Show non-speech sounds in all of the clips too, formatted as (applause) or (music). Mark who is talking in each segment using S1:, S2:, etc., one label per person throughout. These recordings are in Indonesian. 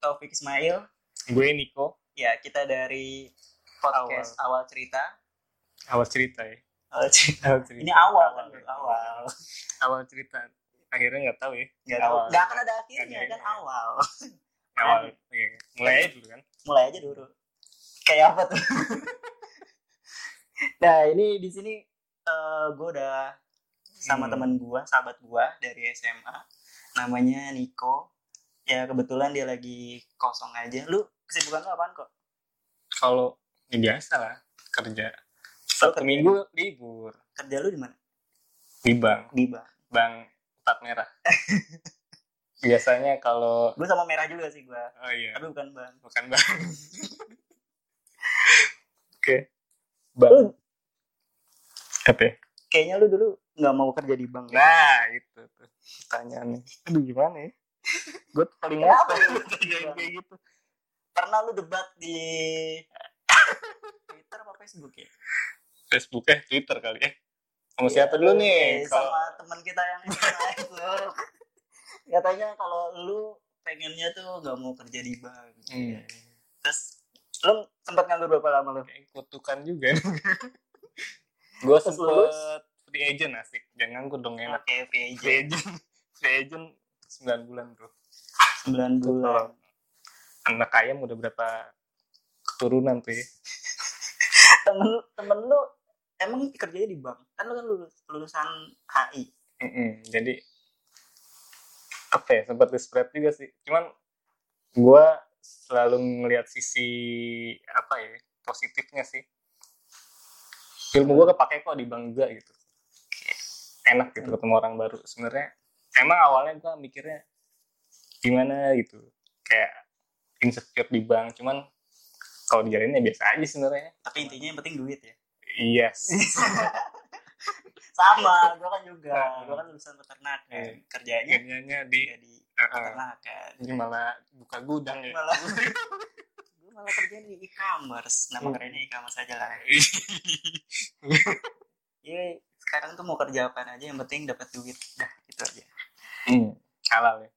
S1: Taufik Ismail.
S2: Gue Niko,
S1: Ya, kita dari podcast awal, cerita.
S2: awal cerita ya.
S1: Awal cerita.
S2: (laughs) Awal cerita.
S1: Ini awal kan,
S2: ya.
S1: awal.
S2: Awal cerita. Akhirnya nggak tahu ya.
S1: Gak, tahu.
S2: Awal.
S1: Gak akan ada akhirnya
S2: Gak ada
S1: kan
S2: akhirnya.
S1: awal.
S2: Awal. Oke. Mulai aja dulu kan.
S1: Mulai aja dulu. Kayak apa tuh? (laughs) nah, ini di sini eh gue udah sama
S2: Hmm.
S1: temen gue, sahabat gue dari SMA. Namanya Niko. Ya kebetulan dia lagi kosong aja. Lu kesibukan lu apaan kok?
S2: Kalau ya biasa lah kerja.
S1: Lu
S2: Sabtu
S1: kerja-
S2: minggu libur
S1: Kerja lu di mana?
S2: di bank,
S1: Di bank.
S2: bank empat (laughs) merah. Biasanya kalau
S1: Gue sama Merah juga sih gue.
S2: oh iya
S1: Tapi bukan bank.
S2: bukan bank. (laughs) Oke. Bank. Apa? ya?
S1: Kayaknya lu dulu nggak mau kerja di bank. ya?
S2: Nah itu tuh pertanyaannya. Aduh gimana ya? Gue tuh paling
S1: Kenapa
S2: apa
S1: lu
S2: kayak kayak gitu.
S1: Pernah lu debat (laughs) di Twitter apa Facebook ya?
S2: Facebook eh Twitter kali ya. Sama siapa dulu nih?
S1: Eh,
S2: Kalau
S1: Sama teman kita yang SMA itu. (laughs) Katanya kalau lu pengennya tuh nggak mau kerja di bank.
S2: hmm,
S1: Terus lu sempat nganggur berapa lama lu?
S2: kayak kutukan juga. gue
S1: Terus
S2: sempet
S1: lulus?
S2: free agent asik. Jangan nganggur dong enak.
S1: Oke, free
S2: Free
S1: agent
S2: agent, (laughs) free agent 9 bulan bro.
S1: 9 bulan.
S2: Anak ayam udah berapa keturunan tuh ya?
S1: Temen temen lu emang kerjanya di bank. Kan lu kan lulus, lulusan HI.
S2: Mm-mm, Jadi apa ya sempat di spread juga sih. Cuman gue selalu melihat sisi apa ya positifnya sih. Ilmu gue kepake kok di bank juga gitu. Enak gitu ketemu orang baru. Sebenarnya emang awalnya gue mikirnya gimana gitu. Kayak insecure di bank. Cuman kalau dijalanin ya biasa aja sebenarnya. Iya
S1: Tapi intinya yang penting duit ya.
S2: Yes.
S1: sama gue kan juga
S2: Nah.
S1: gue kan lulusan peternakan
S2: Iya.
S1: kerjanya
S2: Akhirnya di
S1: jadi
S2: uh,
S1: peternakan
S2: malah buka gudang
S1: kan.
S2: ya.
S1: (laughs) malah gue malah kerja di e-commerce nama
S2: Hmm.
S1: kerennya e-commerce aja (laughs) lah ya sekarang tuh mau kerja apa aja yang penting dapat duit dah gitu aja
S2: Hmm, halal ya.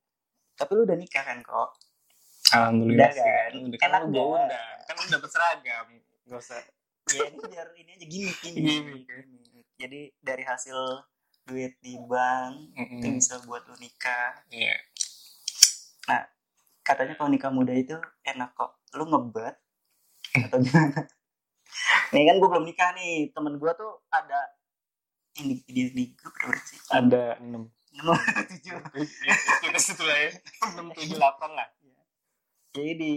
S1: tapi lu udah nikah kan kok
S2: Alhamdulillah
S1: Udah
S2: sih.
S1: kan?
S2: Udah kan
S1: Enak
S2: lu gua
S1: nggak?
S2: undang. Kan lu dapet seragam. Gak usah.
S1: ya ini biar ini aja gini gini,
S2: Gimmick, ya.
S1: jadi dari hasil duit di bank itu
S2: Mm-mm.
S1: bisa buat lu nikah
S2: Iya.
S1: katanya kalau nikah muda itu enak kok lu ngebet atau gimana (laughs) nih kan gue belum nikah nih temen gue tuh ada yang di, di, di grup ada berapa sih
S2: Ada 6.
S1: enam (laughs) atau tujuh
S2: Kita Iya, situ lah ya. 6, 7, 8 lah.
S1: jadi di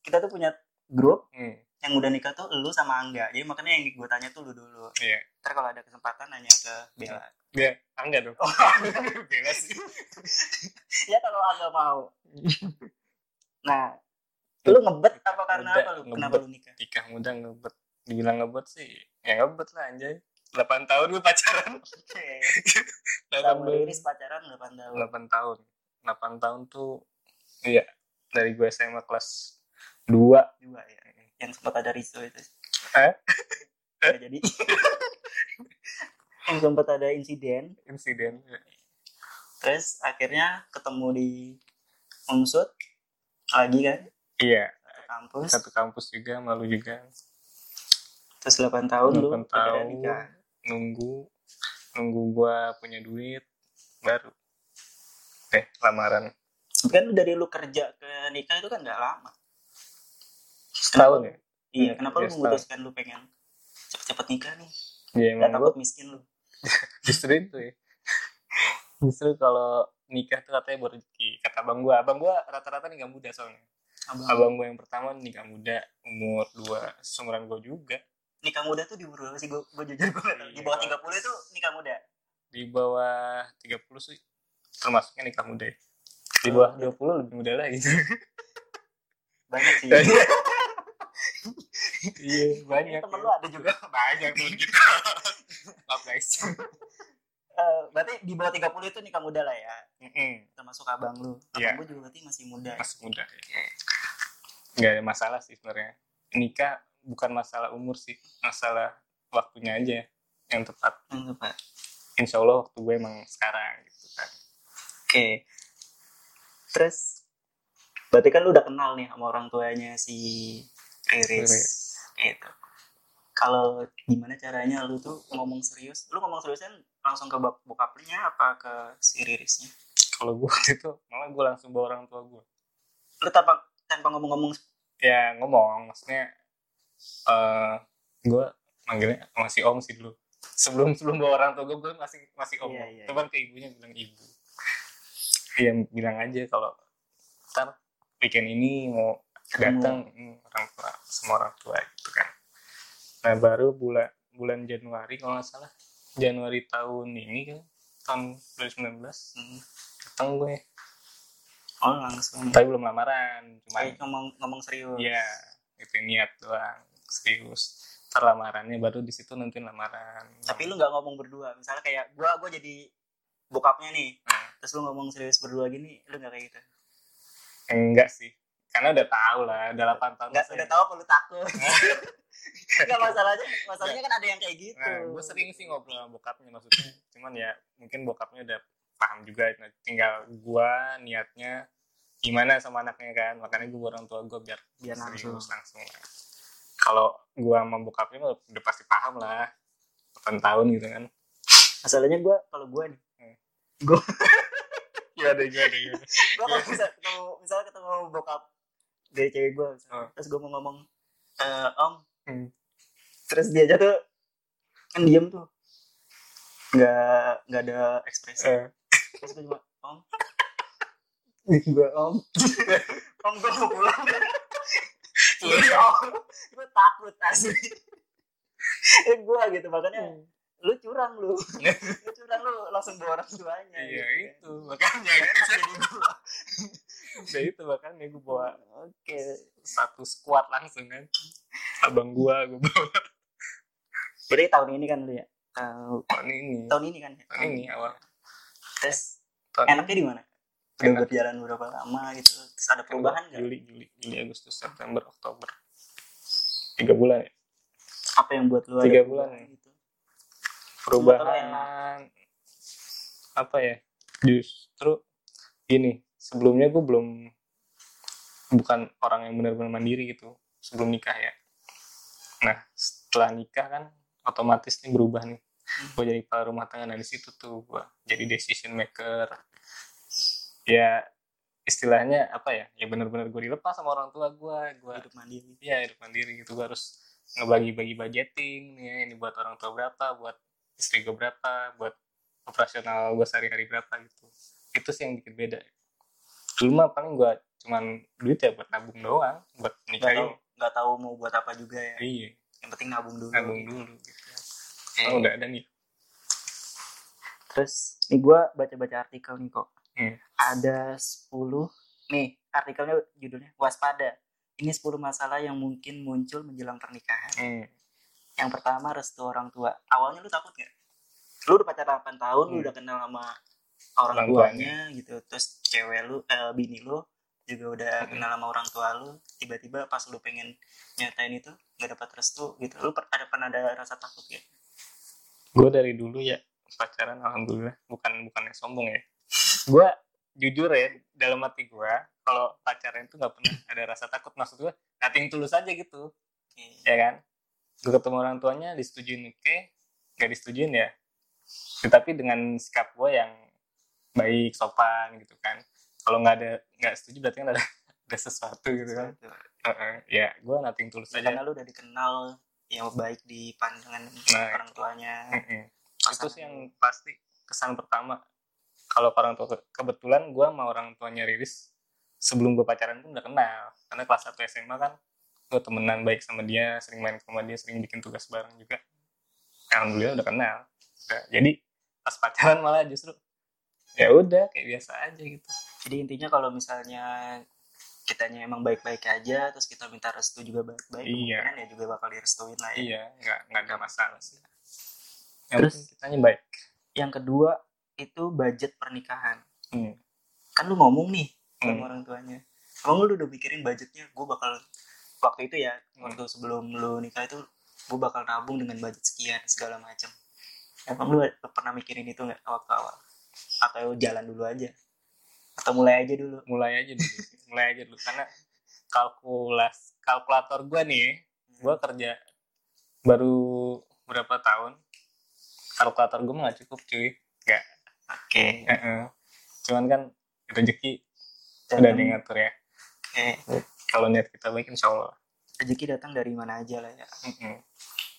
S1: kita tuh punya grup
S2: Hmm,
S1: yang udah nikah tuh lu sama Angga jadi makanya yang gue tanya tuh lu dulu
S2: Iya.
S1: ntar kalau ada kesempatan nanya ke Bella
S2: Dia angga dong.
S1: Oh.
S2: (laughs) Bela sih. Iya.
S1: ya kalau Angga
S2: (laughs)
S1: mau nah lu ngebet apa karena
S2: Udah,
S1: apa lu kenapa
S2: ngebet.
S1: lu nikah
S2: Nikah muda ngebet. Dibilang ngebet sih. Ya ngebet lah anjay. 8 tahun gue pacaran.
S1: oke sama
S2: 8
S1: Riris pacaran 8 tahun
S2: 8 tahun. 8 tahun tuh. Iya. Dari gue SMA kelas 2
S1: juga ya yang sempat ada Riso itu
S2: Eh?
S1: (laughs) Nggak jadi yang sempat ada insiden
S2: insiden.
S1: terus akhirnya ketemu di Unsut lagi kan
S2: Iya.
S1: ke kampus
S2: satu kampus juga malu juga
S1: terus 8 tahun lu
S2: 8
S1: akhirnya
S2: tahun
S1: nikah
S2: nunggu nunggu gua punya duit baru eh lamaran
S1: kan dari lu kerja ke nikah itu kan nggak lama
S2: setahun ya
S1: iya
S2: Hmm,
S1: kenapa lu
S2: iya,
S1: memutuskan lu pengen cepet-cepet nikah nih
S2: ya
S1: nggak
S2: emang gua
S1: takut miskin lu
S2: justru itu ya (laughs) justru kalau nikah tuh katanya berjeki kata abang gua abang gua rata-rata nikah muda soalnya
S1: abang
S2: abang gua yang pertama nikah muda umur dua seumuran gua juga
S1: nikah muda tuh di umur berapa sih gue jujur gue nggak tahu. di bawah
S2: Iya.
S1: 30 itu nikah muda
S2: di bawah 30 sih termasuknya nikah muda ya. di bawah 20 lebih muda lagi (laughs)
S1: banyak sih
S2: Eh, iya banyak
S1: temen
S2: ya.
S1: lu ada juga
S2: (laughs) banyak tuh kita maaf guys
S1: Eh, berarti di bawah 30 itu nikah muda lah ya
S2: Mm-mm,
S1: termasuk abang lu abang
S2: Iya.
S1: gua juga berarti masih muda
S2: masih muda ya. nggak ada masalah sih sebenarnya nikah bukan masalah umur sih masalah waktunya aja yang tepat
S1: Hmm, Pak.
S2: insya Allah waktu gue emang sekarang gitu kan
S1: oke terus Berarti kan lu udah kenal nih sama orang tuanya si Riris.
S2: Riris.
S1: Gitu. Kalau gimana caranya lu tuh ngomong serius? Lu ngomong seriusnya langsung ke bap- bokap lu nya apa ke si Ririsnya?
S2: Kalau gue (laughs) itu malah gue langsung bawa orang tua gue.
S1: Lu tanpa tanpa ngomong-ngomong
S2: Ya ngomong maksudnya eh gue manggilnya masih om sih dulu. Sebelum sebelum bawa orang tua gue gue masih masih om.
S1: Iya, iya,
S2: Cuman ke ibunya bilang ibu. Iya bilang aja kalau ntar weekend ini mau
S1: ketemu.
S2: datang hmm, orang tua semua orang tua gitu kan nah baru bulan bulan Januari kalau nggak salah Januari tahun ini kan tahun 2019
S1: Hmm.
S2: datang gue
S1: Oh langsung.
S2: tapi belum lamaran cuma
S1: Kayak ngomong ngomong serius.
S2: ya itu niat doang serius ntar lamarannya baru di situ nanti lamaran
S1: Tapi lu nggak ngomong berdua. Misalnya kayak gua gua jadi bokapnya nih.
S2: Hmm.
S1: Terus lu ngomong serius berdua gini, lu nggak kayak gitu.
S2: enggak sih karena udah tahu lah udah 8 tahun
S1: Nggak
S2: masa
S1: udah
S2: ya.
S1: tahu perlu takut.
S2: (laughs)
S1: Enggak masalahnya, masalahnya kan ada yang kayak gitu.
S2: Nah, gue sering sih ngobrol sama bokapnya maksudnya. Cuman ya mungkin bokapnya udah paham juga. Nah, tinggal gue niatnya gimana sama anaknya kan. Makanya gue orang tua gue biar
S1: Biar Iya,
S2: serius
S1: langsung.
S2: langsung. lah. Kalau gue sama bokapnya mah udah pasti paham lah. 8 tahun gitu kan.
S1: Masalahnya gue kalau gue nih,
S2: Iya deh, iya deh. (laughs)
S1: gue kalau misal ketemu misalnya ketemu bokap dari cewek gue,
S2: Hmm.
S1: terus gue mau ngomong eh om,
S2: Hmm.
S1: terus dia aja tuh kan diem tuh, nggak nggak ada ekspresi.
S2: Eh,
S1: Terus gue cuma
S2: (laughs)
S1: om,
S2: Gue Iya om.
S1: (laughs) om gue mau
S2: (laughs)
S1: pulang. Jadi om, gue takut asli. (laughs) eh gue gitu makanya lu curang
S2: (laughs)
S1: lu lu curang lu langsung bawa orang tuanya
S2: Iya
S1: gitu kan.
S2: itu (laughs) makanya kan.
S1: Jadi gua,
S2: Udah itu makanya gue bawa
S1: oke
S2: satu squad langsung kan. Abang gue, gue bawa
S1: berarti tahun ini kan lu ya Tahun-
S2: tahun ini.
S1: tahun ini kan ya?
S2: Tahun ini awal.
S1: terus
S2: Tahun
S1: enaknya di mana udah
S2: Enak.
S1: berjalan berapa lama gitu terus ada perubahan nggak
S2: Juli, Juli, Juli, Agustus, September, Oktober. Tiga bulan ya.
S1: apa yang buat lu ada
S2: Tiga
S1: perubahan
S2: bulan.
S1: gitu Menurut lo
S2: Perubahan apa ya? Justru ini sebelumnya gue belum bukan orang yang benar-benar mandiri gitu sebelum nikah ya. Nah setelah nikah kan otomatis nih berubah nih. Gue jadi kepala rumah tangga nah di situ tuh gue jadi decision maker. Ya istilahnya apa ya? Ya benar-benar gue dilepas sama orang tua gue. Gue
S1: hidup mandiri
S2: ya hidup mandiri gitu gue harus ngebagi-bagi budgeting nih ya, ini buat orang tua berapa buat istri gue berapa buat operasional gue sehari-hari berapa gitu itu sih yang bikin beda dulu mah paling gue cuman duit ya buat nabung doang buat
S1: nggak tahu
S2: nikahin
S1: nggak tahu mau buat apa juga ya
S2: iya
S1: yang penting nabung dulu
S2: nabung dulu gitu
S1: Eh,
S2: oh, udah ada nih
S1: terus nih gue baca-baca artikel nih kok
S2: Hmm.
S1: ada 10 nih artikelnya judulnya waspada ini 10 masalah yang mungkin muncul menjelang pernikahan
S2: hmm.
S1: yang pertama restu orang tua awalnya lu takut nggak lu udah pacaran 8 tahun lu
S2: Hmm.
S1: udah kenal sama orang,
S2: Orang
S1: tuanya gitu terus cewek lu eh, bini lu juga udah
S2: Hmm.
S1: kenal sama orang tua lu tiba-tiba pas lu pengen nyatain itu nggak dapat restu gitu lu per- ada pernah ada rasa takut ya
S2: gue dari dulu ya pacaran alhamdulillah bukan bukannya sombong ya gue jujur ya dalam hati gue kalau pacaran itu nggak pernah ada rasa takut maksud gue nating tulus aja gitu ya kan gue ketemu orang tuanya disetujuin oke gak disetujuin ya tetapi dengan sikap gue yang baik sopan gitu kan kalau nggak ada nggak setuju berarti kan ada (laughs) ada sesuatu gitu kan
S1: Gitu.
S2: Heeh, ya gue nating tulus aja
S1: karena lu udah dikenal yang baik di pandangan
S2: Nah,
S1: orang tuanya
S2: Heeh. itu
S1: pasangan lu.
S2: sih yang pasti kesan pertama kalau ke orang tua kebetulan gue sama orang tuanya Riris sebelum gue pacaran pun udah kenal karena kelas 1 SMA kan gue temenan baik sama dia sering main ke rumah dia sering bikin tugas bareng juga alhamdulillah udah kenal Udah. jadi pas pacaran malah justru ya udah kayak biasa aja gitu
S1: jadi intinya kalau misalnya kitanya emang baik-baik aja terus kita minta restu juga baik-baik
S2: Iya.
S1: kemungkinan ya juga bakal direstuin lah ya
S2: iya nggak nggak ada masalah sih yang
S1: Terus?
S2: penting kitanya baik
S1: yang kedua itu budget pernikahan
S2: Hmm.
S1: kan lu ngomong nih sama
S2: Hmm.
S1: orang tuanya emang lu udah mikirin budgetnya gue bakal waktu itu ya
S2: Hmm.
S1: waktu sebelum lu nikah itu gue bakal nabung dengan budget sekian segala macam emang lu pernah mikirin itu nggak awal awal atau jalan dulu aja kita mulai aja dulu
S2: mulai aja dulu mulai aja dulu karena kalkulas kalkulator gue nih gue kerja baru berapa tahun kalkulator gue nggak cukup cuy nggak
S1: oke
S2: eh-eh. cuman kan rezeki
S1: Dan-
S2: udah diatur ya
S1: oke.
S2: kalau niat kita baik insya Allah
S1: rezeki datang dari mana aja lah ya
S2: Mm-mm.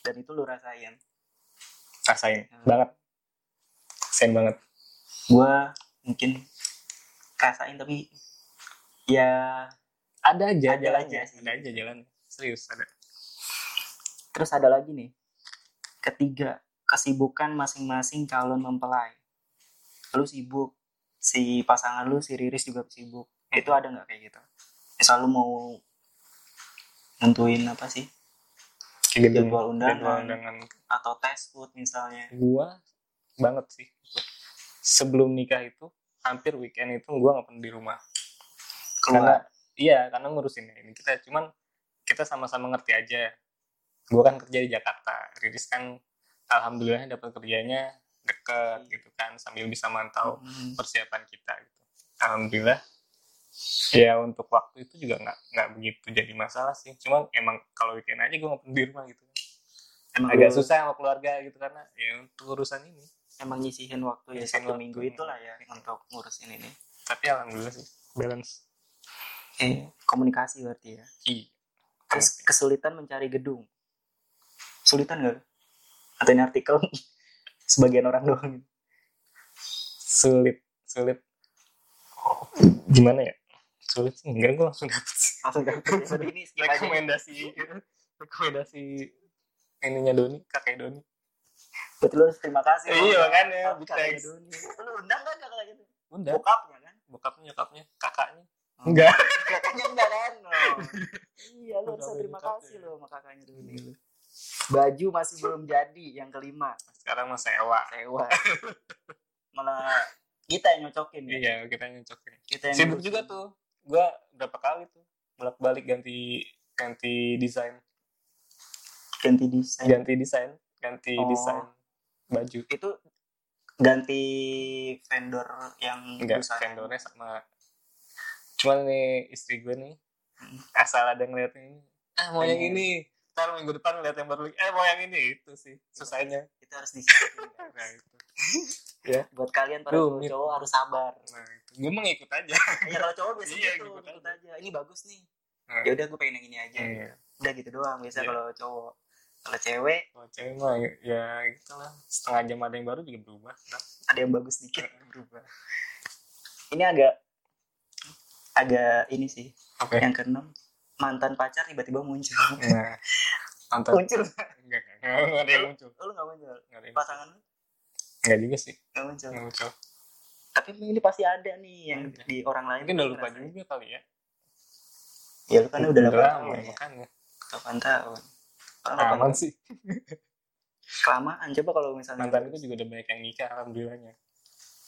S1: dan itu lu rasain
S2: rasain
S1: Hmm.
S2: banget rasain banget
S1: gua mungkin rasain tapi ya
S2: ada aja
S1: Ada
S2: jalannya
S1: aja sih.
S2: ada aja jalan serius ada
S1: terus ada lagi nih ketiga kesibukan masing-masing calon mempelai lu sibuk si pasangan lu si Riris juga sibuk itu ada nggak kayak gitu misal lu mau nentuin apa sih
S2: kayak gitu
S1: jadwal
S2: jadwal
S1: undangan
S2: undangan
S1: atau tes food misalnya
S2: gua banget sih itu. sebelum nikah itu hampir weekend itu gua nggak pernah di rumah karena
S1: keluar
S2: iya karena ngurusin ini kita cuman kita sama-sama ngerti aja gua kan kerja di Jakarta Riris kan alhamdulillah dapat kerjanya deket gitu kan sambil bisa mantau
S1: Hmm.
S2: persiapan kita gitu alhamdulillah ya untuk waktu itu juga nggak nggak begitu jadi masalah sih cuman emang kalau weekend aja gua nggak pernah di rumah gitu
S1: emang
S2: agak
S1: lu-
S2: susah sama keluarga gitu karena ya untuk urusan ini
S1: emang nyisihin waktu ya
S2: Nyisihin
S1: satu
S2: waktu.
S1: minggu itulah ya untuk ngurusin ini
S2: tapi alhamdulillah sih balance
S1: eh
S2: Iya.
S1: komunikasi berarti ya
S2: i
S1: terus kesulitan mencari gedung kesulitan gak atau ini artikel (laughs) sebagian orang doang
S2: sulit sulit gimana ya sulit sih enggak gue langsung dapet sih.
S1: langsung kan?
S2: (laughs)
S1: dapet episode ini skip aja
S2: rekomendasi rekomendasi ininya Doni kakek Doni
S1: berarti lu harus terima kasih
S2: Iya, makanya,
S1: Tapi
S2: big
S1: kakaknya
S2: thanks.
S1: dulu nih. lu undang gak kakak itu
S2: bunda
S1: bokapnya kan
S2: bokapnya nyokapnya kakaknya
S1: Hmm.
S2: (laughs) enggak
S1: kakaknya enggak kan
S2: (laughs)
S1: Oh. iya lu harus
S2: Bokapnya
S1: terima
S2: bokapnya.
S1: kasih lo sama kakaknya dulu nih lu. baju masih belum jadi yang kelima
S2: sekarang mah sewa
S1: sewa malah kita yang nyocokin ya
S2: iya kita nyocokin
S1: kita yang
S2: sibuk
S1: ngurusin.
S2: juga tuh gue berapa kali tuh bolak balik ganti ganti desain
S1: ganti desain
S2: ganti desain ganti
S1: Oh.
S2: desain baju
S1: itu ganti vendor yang
S2: enggak
S1: perusahaan.
S2: vendornya sama cuman nih istri gue nih
S1: Hmm.
S2: asal ada ngeliat ini ah mau yang
S1: Pengen.
S2: ini ntar minggu depan ngeliat yang baru lagi. eh mau yang ini itu sih susahnya
S1: itu harus disiapin guys.
S2: nah itu
S1: buat kalian para
S2: Duh,
S1: cowok,
S2: mir-
S1: cowok harus sabar
S2: nah itu gue mau ngikut aja
S1: ya kalau cowok biasanya
S2: Iya,
S1: gitu
S2: ngikut
S1: ngikut
S2: aja.
S1: aja ini bagus nih
S2: Hmm.
S1: ya udah gue pengen yang ini aja
S2: Iya.
S1: udah gitu doang biasa
S2: Iya.
S1: kalau cowok kalau cewek
S2: kalau cewek mah ya gitu lah setengah jam ada yang baru juga berubah Nah,
S1: ada yang bagus dikit berubah ini agak agak ini sih
S2: oke
S1: yang keenam mantan pacar tiba-tiba
S2: (laughs)
S1: muncul
S2: nah nonton
S1: muncul
S2: enggak enggak enggak ada yang muncul
S1: lu nggak muncul
S2: enggak ada yang muncul.
S1: pasangan lu
S2: enggak juga sih
S1: nggak muncul
S2: enggak muncul
S1: tapi ini pasti ada nih yang
S2: Ada.
S1: di orang lain
S2: mungkin udah lupa
S1: ngerasain.
S2: juga kali ya
S1: Ya lu kan udah 8
S2: lama
S1: tahun
S2: ya
S1: ya.
S2: makanya
S1: 8 tahun. Orang 8
S2: aman
S1: tahun.
S2: sih
S1: Kelamaan coba kalau misalnya
S2: mantan gue juga udah banyak yang nikah alhamdulillahnya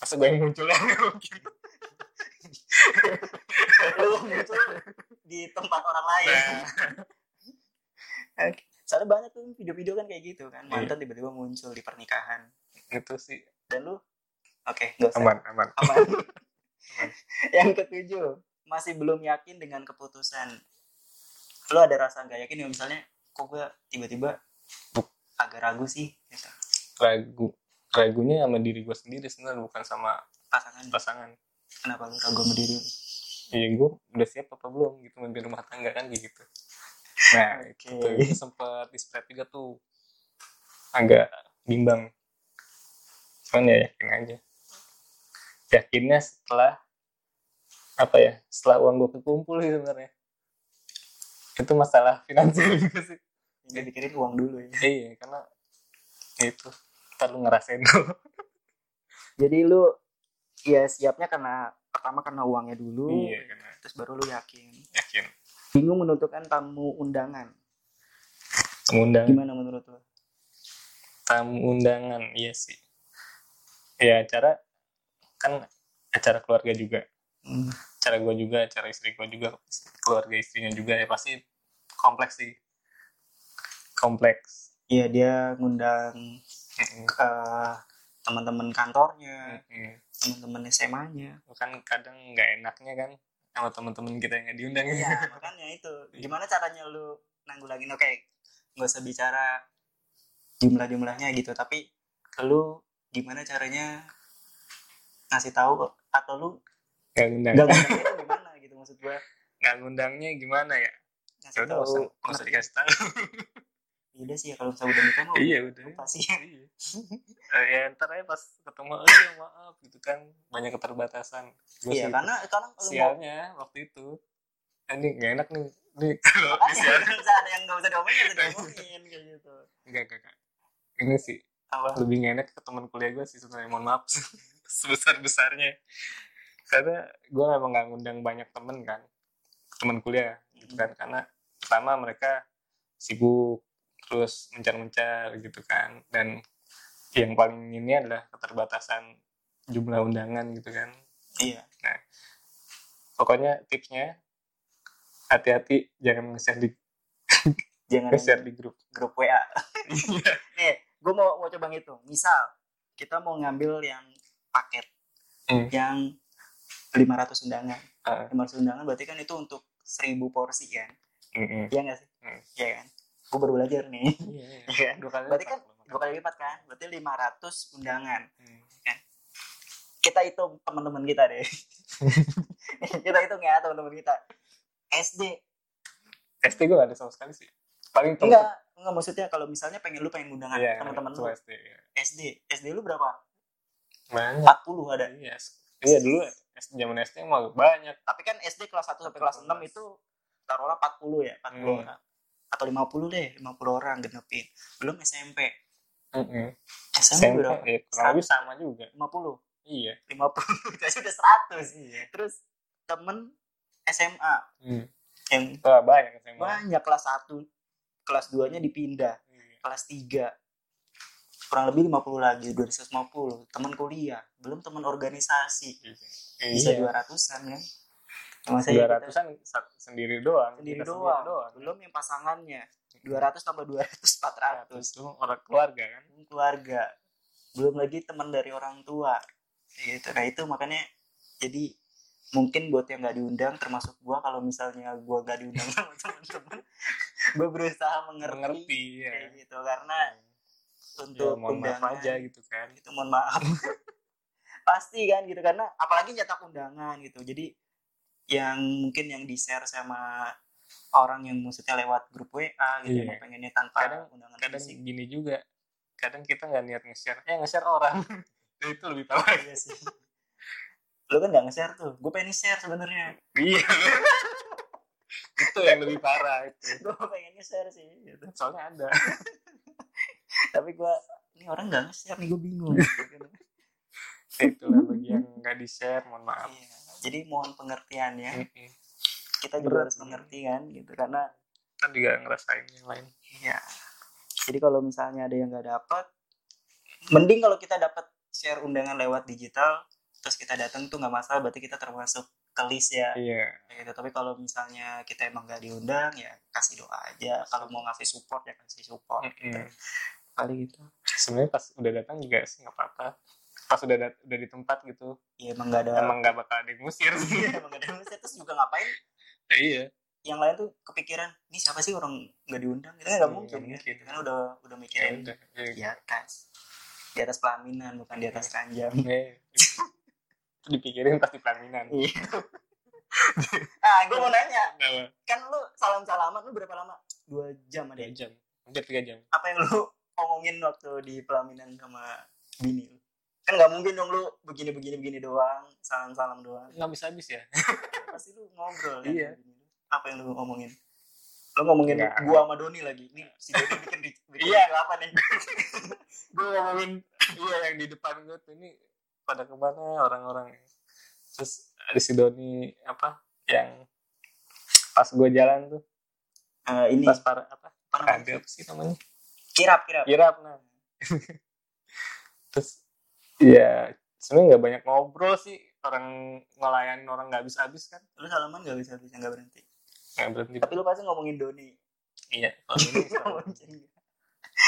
S2: masa gue yang muncul ya mungkin
S1: lu muncul di tempat orang lain.
S2: Nah.
S1: Oke. Soalnya banyak tuh video-video kan kayak gitu kan.
S2: Iya.
S1: Mantan tiba-tiba muncul di pernikahan.
S2: itu sih
S1: Dan lu Oke, nggak usah.
S2: aman aman
S1: Aman. yang ketujuh, masih belum yakin dengan keputusan. Lu ada rasa nggak yakin ya misalnya kok gue tiba-tiba agak ragu sih gitu.
S2: ragu ragunya sama diri gue sendiri sebenarnya bukan sama
S1: Pasangan
S2: pasangan
S1: kenapa lu ragu sama diri? lu?
S2: ya gue udah siap apa belum gitu memimpin rumah tangga kan kayak gitu nah itu
S1: Oke.
S2: tuh, itu sempat di spread juga tuh agak bimbang cuman ya yakin aja yakinnya setelah apa ya setelah uang gue kekumpul sih sebenarnya itu masalah finansial juga sih (laughs)
S1: Yang dipikirin uang dulu ya.
S2: iya karena ya itu ntar lu ngerasain dulu
S1: Jadi lu ya siapnya karena pertama karena uangnya dulu,
S2: iya karena
S1: terus baru lu yakin.
S2: yakin
S1: Bingung menentukan tamu undangan.
S2: tamu undangan
S1: Gimana menurut lu?
S2: tamu undangan iya sih ya acara kan acara keluarga juga
S1: Hmm.
S2: acara gue juga acara istri gue juga keluarga istrinya juga ya pasti kompleks sih kompleks
S1: Iya dia ngundang
S2: Mm-mm.
S1: eh, teman-teman kantornya
S2: Iya.
S1: teman-teman SMA-nya
S2: kan kadang nggak enaknya kan sama teman-teman kita yang nggak diundang
S1: ya (laughs) makanya itu gimana caranya lu nanggulangin oke nggak usah bicara jumlah-jumlahnya gitu tapi lu gimana caranya ngasih tahu atau lu
S2: (laughs) nggak
S1: nggak
S2: ngundang
S1: ngundang itu gimana gitu maksud
S2: (laughs)
S1: gua
S2: nggak ngundangnya gimana ya
S1: ngasih
S2: ya udah Ya nggak usah
S1: tahu
S2: nggak usah dikasih
S1: (laughs)
S2: tahu
S1: Ya udah sih ya kalau misalnya udah nikah mah
S2: (laughs) iya udah
S1: lupa sih
S2: Iya. Eh, ya ntar aja pas ketemu aja maaf gitu kan banyak keterbatasan Gua
S1: iya
S2: sih
S1: karena karena kalau mau
S2: sialnya waktu itu eh, ini nggak enak nih (laughs) ini
S1: makanya (laughs) nggak usah ada yang nggak usah diomongin nggak usah diomongin kayak gitu
S2: nggak nggak nggak. ini sih
S1: apa
S2: lebih nggak enak ke teman kuliah gue sih sebenarnya mohon maaf (laughs) sebesar besarnya karena gue emang nggak ngundang banyak temen kan teman kuliah gitu kan karena pertama mereka sibuk terus mencar-mencar gitu kan dan yang paling ini adalah keterbatasan jumlah undangan gitu kan
S1: iya
S2: pokoknya tipsnya hati-hati jangan nge-share di
S1: jangan
S2: nge-share di grup
S1: grup WA eh gue mau mau coba ngitung misal kita mau ngambil yang paket
S2: Hmm.
S1: yang 500 undangan
S2: Ah.
S1: 500 undangan berarti kan itu untuk 1000 porsi kan
S2: Mm-mm.
S1: iya nggak sih
S2: Hmm.
S1: iya kan gue baru belajar nih (laughs)
S2: Iya, dua kali
S1: Berarti
S2: lipat,
S1: kan-
S2: dua
S1: dua
S2: kali
S1: kali lipat kan berarti 500 undangan
S2: lipat.
S1: kita hitung teman-teman kita (laughs) deh kita hitung ya teman-teman kita SD
S2: SD gue gak ada sama sekali sih. Paling temen-
S1: enggak enggak maksudnya kalau misalnya pengen lu pengen undangan
S2: Gitu. Iya,
S1: teman-teman lu
S2: cuma SD. Iya.
S1: SD SD lu berapa
S2: Banyak.
S1: 40 ada
S2: Iya, iya dulu SD zaman SD emang banyak.
S1: tapi kan SD kelas 1 sampai kelas 6 itu taruhlah 40 ya 40
S2: Hmm.
S1: orang atau 50 deh 50 orang genepin belum SMP
S2: Heeh.
S1: SMP,
S2: SMP
S1: berapa
S2: ya, kurang lebih sama juga.
S1: 50 50
S2: Iya.
S1: (laughs) itu aja udah 100
S2: Iya.
S1: terus temen SMA
S2: Hmm.
S1: yang
S2: Wah, banyak SMA.
S1: banyak kelas 1 kelas 2 nya dipindah
S2: Iya.
S1: kelas 3 kurang lebih 50 lagi 250 teman kuliah belum teman organisasi bisa
S2: Iya.
S1: 200-an kan sama
S2: Dua
S1: saya ya, kita
S2: ratusan sendiri doang.
S1: sendiri
S2: Kita
S1: doang. belum yang pasangannya 200 tambah 200 400
S2: Terus lu orang keluarga kan.
S1: belum keluarga belum lagi teman dari orang tua gitu nah itu makanya jadi mungkin buat yang nggak diundang termasuk gua kalau misalnya gua nggak diundang (laughs) sama teman-teman gua berusaha mengerti,
S2: Mengerti. Iya.
S1: kayak gitu karena
S2: Ya,
S1: untuk
S2: mohon maaf
S1: undangan
S2: aja gitu kan.
S1: itu mohon maaf (laughs) pasti kan gitu karena apalagi nyetak undangan gitu jadi yang mungkin yang di share sama orang yang maksudnya lewat grup WA gitu
S2: Iya.
S1: emang pengennya tanpa
S2: Kadang-
S1: undangan
S2: Kadang (laughs)
S1: fisik
S2: gini juga. Kadang kita nggak niat nge-share. Eh, nge-share orang. (laughs) itu lebih parah.
S1: Iya sih lu kan gak nge-share tuh gue pengen share sebenarnya (laughs)
S2: Iya. (laughs) itu yang lebih parah itu.
S1: gue pengen share sih
S2: Iya.
S1: gitu.
S2: Soalnya ada.
S1: tapi gue ini orang gak nge-share nih gue
S2: (laughs)
S1: bingung Iya.
S2: Ya, Itulah bagi yang nggak di share, mohon maaf.
S1: Iya. jadi mohon pengertiannya
S2: Mm-mm.
S1: kita juga
S2: Berat.
S1: harus mengerti kan gitu karena
S2: Kan juga ngerasain yang lain.
S1: Iya. Jadi kalau misalnya ada yang nggak dapat, mending kalau kita dapat share undangan lewat digital, terus kita datang tuh nggak masalah, berarti kita termasuk ke list ya.
S2: Iya.
S1: Kayak Gitu. Tapi kalau misalnya kita emang nggak diundang, ya kasih doa aja. Kalau mau ngasih support ya kasih support.
S2: Mm-mm.
S1: Kali gitu.
S2: Sebenarnya pas udah datang juga sih nggak apa-apa. Pas udah dat- udah di tempat gitu,
S1: Iya emang nggak ada.
S2: emang nggak bakal ada yang ngusir.
S1: (laughs) Iya, emang nggak ada. manusia. Terus juga ngapain?
S2: (laughs) iya.
S1: Yang lain tuh kepikiran, ini siapa sih orang nggak diundang? Kita nggak
S2: Iya,
S1: mungkin. kan?
S2: nggak mungkin.
S1: Kita kan udah udah
S2: Ya
S1: mikirin
S2: udah.
S1: di
S2: (laughs) Iya.
S1: atas, di atas pelaminan bukan di atas ranjang.
S2: Eh, itu- itu dipikirin pasti pelaminan.
S1: Iya. ah, gue mau nanya,
S2: Kenapa?
S1: kan lu salam salaman lu berapa lama? Dua jam ada.
S2: Dua jam. Hampir tiga jam.
S1: Apa yang lu (laughs) omongin waktu di pelaminan sama bini lu? Kan nggak mungkin dong lu begini begini begini doang, salam salam doang.
S2: Nggak bisa habis ya? (laughs)
S1: Pasti lu ngobrol. kan?
S2: Iya.
S1: Apa yang lu ngomongin? Lu ngomongin
S2: Nggak.
S1: gua sama Doni lagi. Nih si Doni bikin bikin
S2: Iya.
S1: video apa nih?
S2: gue ngomongin iya yang di depan gue tuh ini pada kemana orang-orang ya? terus ada si Doni apa yang pas gue jalan tuh
S1: Eh, ini
S2: pas para apa
S1: apa namanya?
S2: ada apa sih namanya
S1: kirap kirap.
S2: kirap nah (laughs) terus ya sebenarnya nggak banyak ngobrol sih orang ngelayan orang nggak habis habis kan
S1: Lu salaman gak bisa bisa nggak berhenti.
S2: nggak berhenti
S1: Tapi lu pasti ngomongin Doni.
S2: iya kalau ini
S1: (laughs)
S2: selalu
S1: Mungkin.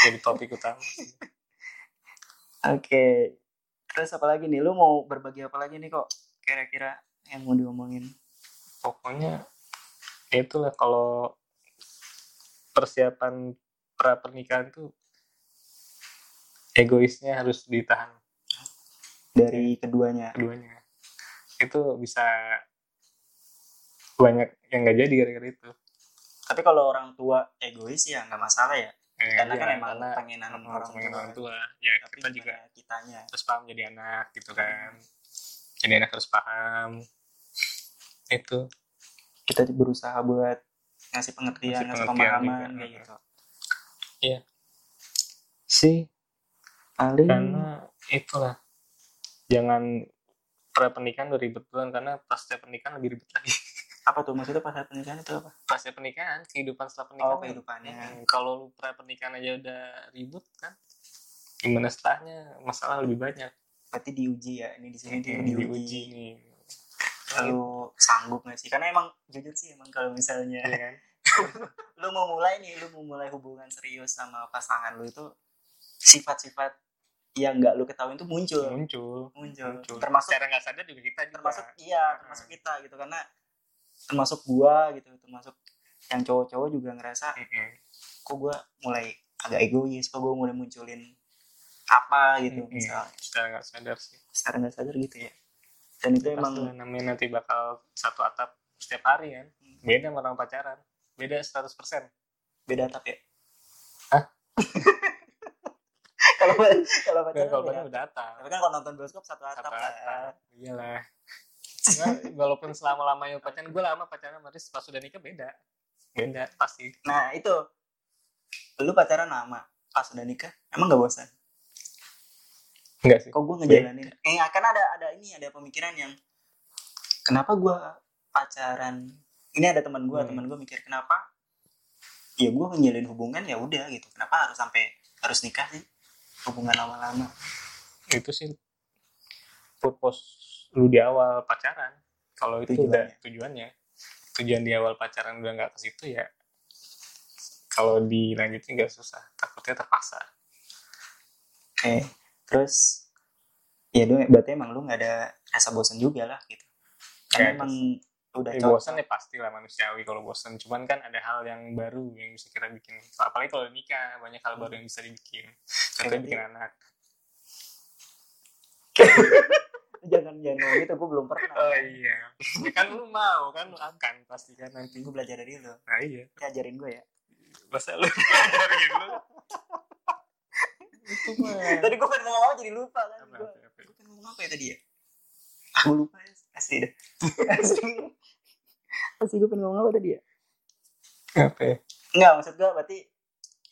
S2: jadi topik utama
S1: Oke, Terus apa lagi nih? Lu mau berbagi apa lagi nih kok? Kira-kira yang mau diomongin.
S2: pokoknya ya itulah kalau persiapan pra pernikahan tuh egoisnya harus ditahan
S1: Dari keduanya.
S2: keduanya itu bisa banyak yang nggak jadi gara-gara itu
S1: Tapi kalau orang tua egois ya nggak masalah ya.
S2: Eh,
S1: Karena kan
S2: iya,
S1: emang
S2: karena
S1: pengenan orang
S2: pengen
S1: tua. kan.
S2: orang tua ya
S1: Tapi kan-
S2: kita juga
S1: gimana kitanya.
S2: terus paham jadi anak gitu kan jadi anak harus paham itu
S1: Kita berusaha buat ngasih pengertian,
S2: Ngasih
S1: ngasih
S2: pengertian
S1: pemahaman
S2: juga.
S1: kayak gitu.
S2: Iya.
S1: Si Ali
S2: karena
S1: Hmm.
S2: itulah jangan pra pernikahan udah ribet duluan karena pasca pernikahan lebih ribet lagi (laughs)
S1: apa tuh maksudnya pas saat pernikahan itu apa?
S2: pasca pernikahan kehidupan setelah pernikahan
S1: Oh kehidupannya.
S2: Hmm, kalau lu pra pernikahan aja udah ribut kan gimana setelahnya masalah lebih banyak
S1: Berarti diuji ya ini di sini di-
S2: Hmm,
S1: diuji.
S2: nih
S1: Lalu sanggup nggak sih? Karena emang jujur sih emang kalau misalnya
S2: Iya kan
S1: lu mau mulai nih lu mau mulai hubungan serius sama pasangan lu itu sifat-sifat yang nggak lu ketahuin itu muncul
S2: muncul
S1: muncul,
S2: muncul
S1: termasuk
S2: secara nggak sadar juga kita juga.
S1: termasuk iya termasuk
S2: Hmm.
S1: kita gitu karena termasuk gua gitu termasuk yang cowok-cowok juga ngerasa
S2: Mm-mm.
S1: kok gua mulai agak egois kok gua mulai munculin apa gitu
S2: Mm-mm.
S1: misal
S2: secara nggak sadar sih
S1: secara nggak sadar gitu ya dan itu
S2: emang
S1: emang
S2: namanya nanti bakal satu atap setiap hari kan beda sama orang pacaran beda 100% persen
S1: beda atap ya
S2: Hah?
S1: (laughs) kalau kalau pacaran beda
S2: kalau pacaran udah atap
S1: tapi kan kalau nonton bioskop satu atap, kan.
S2: atap
S1: lah.
S2: atap iyalah Cuma walaupun selama lamanya pacaran gue lama pacaran sama Riz, pas udah nikah beda beda pasti
S1: nah itu lu pacaran lama pas udah nikah emang gak bosan
S2: enggak sih
S1: kok gue ngejalanin eh karena ada ada ini ada pemikiran yang kenapa gue pacaran ini ada teman gue
S2: Hmm.
S1: teman gue mikir kenapa ya gue ngejalin hubungan ya udah gitu kenapa harus sampai harus nikah sih hubungan lama-lama
S2: itu sih purpose lu di awal pacaran kalau itu udah tujuannya tujuan di awal pacaran udah nggak ke situ ya kalau dilanjutin nggak susah takutnya terpaksa
S1: Oke, terus ya dong, berarti emang lu nggak ada rasa bosan juga lah gitu. Karena
S2: Kayak
S1: emang udah
S2: ya,
S1: cocok.
S2: bosan ya pasti lah manusiawi kalau bosan cuman kan ada hal yang baru yang bisa kita bikin apalagi kalau udah nikah banyak hal baru yang bisa dibikin contohnya
S1: Kayak
S2: bikin anak
S1: Jangan jangan ngomong gitu, gue belum pernah.
S2: oh iya Ya kan lu mau kan lu akan pasti kan nanti
S1: Gue belajar dari lu,
S2: nah iya
S1: Nanti ajarin gue ya.
S2: masa lu (laughs) ngajarin lu itu mah
S1: (laughs) Tadi gue pengen ngomong apa jadi lupa kan.
S2: Apa,
S1: Gue
S2: apa, apa.
S1: gue pengen ngomong apa ya tadi ya? Ah, gue lupa ya, asli (laughs) dah. Asli. Asli gue pengen ngomong apa tadi ya?
S2: apa ya?
S1: Enggak, maksud gue berarti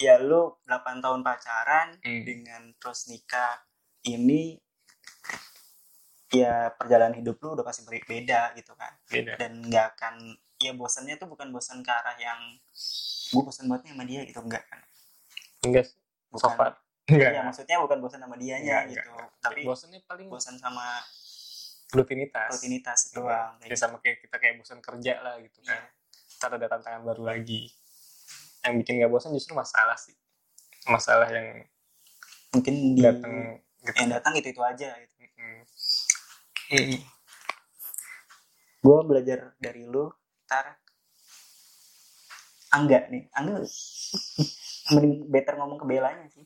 S1: ya lu 8 tahun pacaran
S2: Hmm.
S1: dengan terus nikah ini ya perjalanan hidup lu udah pasti berbeda gitu kan
S2: beda
S1: dan nggak akan ya bosannya tuh bukan bosan ke arah yang gue bosan banget nih sama dia gitu enggak kan
S2: enggak sih. so
S1: bukan
S2: far
S1: Iya,
S2: enggak
S1: maksudnya bukan bosan sama dianya
S2: Enggak,
S1: gitu
S2: enggak,
S1: tapi
S2: bosannya paling
S1: bosan sama
S2: rutinitas
S1: rutinitas
S2: Iya.
S1: doang
S2: ya
S1: kayak gitu.
S2: sama kayak kita kayak bosan kerja lah gitu
S1: Iya.
S2: kan ntar ada tantangan baru lagi yang bikin nggak bosan justru masalah sih masalah yang
S1: mungkin di
S2: datang gitu
S1: yang datang itu itu aja gitu.
S2: Mm.
S1: gue belajar dari lu ntar angga nih angga mending better ngomong ke belanya sih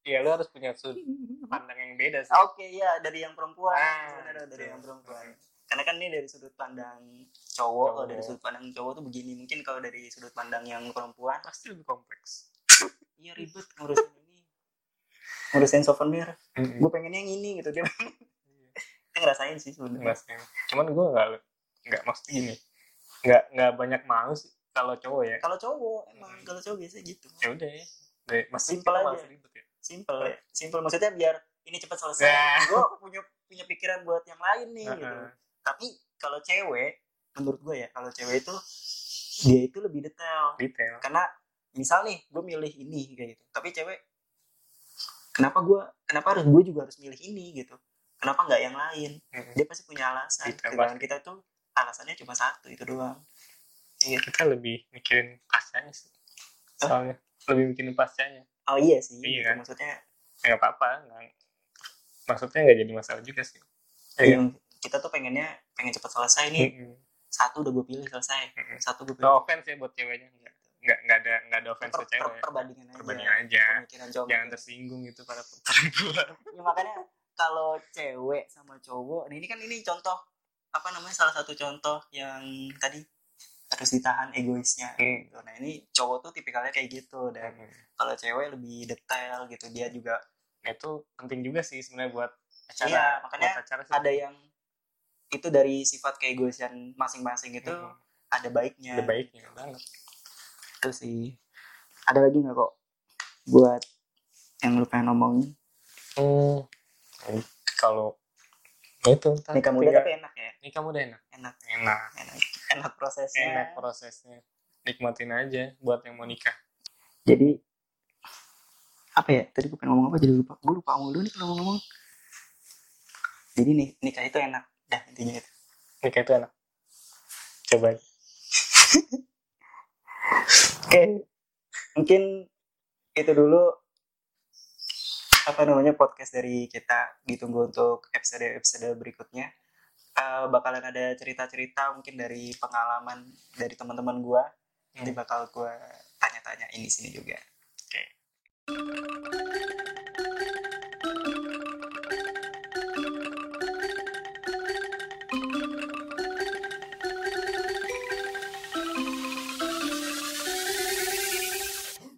S2: Iya lu harus punya sudut pandang yang beda sih.
S1: oke ya dari yang perempuan
S2: Ah,
S1: Saudara, dari
S2: betul.
S1: yang perempuan karena kan ini dari sudut pandang cowok kalau dari
S2: Cowok.
S1: sudut pandang cowok tuh begini mungkin kalau dari sudut pandang yang perempuan
S2: Pasti lebih kompleks.
S1: iya ribet ngurusin ini ngurusin souvenir
S2: Mm-mm.
S1: gue pengennya yang ini gitu dia Dia ngerasain sih sebenarnya
S2: Ngerasain. Cuman gue nggak nggak maksud gini. Nggak nggak banyak mau sih kalau cowok ya.
S1: kalau cowok emang kalau cowok biasa gitu
S2: Ya udah ya. Dari- Masih
S1: Simple
S2: kita
S1: aja.
S2: malas ribet ya.
S1: simple ya. simple maksudnya biar ini cepat selesai
S2: Nah.
S1: gue punya punya pikiran buat yang lain nih gitu
S2: Heeh.
S1: tapi kalau cewek menurut gue ya kalau cewek itu dia itu lebih detail
S2: Detail.
S1: karena misal nih gue milih ini kayak gitu tapi cewek kenapa gue kenapa harus gue juga harus milih ini gitu kenapa nggak yang lain
S2: Mm-mm.
S1: dia pasti punya alasan
S2: Detail
S1: sedangkan
S2: pasti.
S1: kita tuh alasannya cuma satu itu doang
S2: Kita lebih mikirin pascanya sih. Soalnya lebih mikirin pascanya.
S1: oh iya sih
S2: Iya
S1: gitu.
S2: kan?
S1: maksudnya
S2: Ya, nggak apa-apa. nggak- maksudnya nggak jadi masalah juga sih Iya.
S1: Hmm, kita tuh pengennya pengen cepat selesai nih
S2: Mm-mm.
S1: satu udah gue pilih selesai
S2: Mm-mm.
S1: satu gue pilih
S2: Hmm. no offense ya buat ceweknya nggak nggak nggak ada nggak ada offense
S1: per,
S2: ke
S1: per,
S2: cewek
S1: perbandingan aja
S2: perbandingan aja
S1: pemikiran cowok
S2: jangan tersinggung gitu para (laughs) perempuan
S1: Ya, makanya kalau cewek sama cowok nah ini kan ini contoh apa namanya salah satu contoh yang tadi harus ditahan egoisnya
S2: Hmm.
S1: gitu. nah ini cowok tuh tipikalnya kayak gitu dan kalau cewek lebih detail gitu dia juga
S2: Nah, itu penting juga sih sebenarnya buat acara
S1: Iya, makanya
S2: buat acara sih.
S1: ada yang itu dari sifat keegoisan masing-masing itu
S2: Mm-mm.
S1: ada baiknya
S2: Hmm. ada baiknya banget
S1: itu sih ada lagi nggak kok buat yang lu pengen ngomongin
S2: Eh, kalau ya itu ntar
S1: nikah muda
S2: tinggal-
S1: tapi enak ya
S2: nikah muda enak
S1: enak
S2: enak
S1: enak enak prosesnya
S2: enak prosesnya nikmatin aja buat yang mau nikah
S1: jadi apa ya tadi gue pengen ngomong apa jadi lupa gue lupa ngomong dulu nih kalau ngomong jadi nih nikah itu enak dah intinya itu
S2: nikah itu enak coba aja.
S1: oke mungkin itu dulu apa namanya podcast dari kita ditunggu untuk episode episode berikutnya Eh, bakalan ada cerita cerita mungkin dari pengalaman dari teman teman gue nanti
S2: Hmm.
S1: bakal gue tanya tanya ini sini juga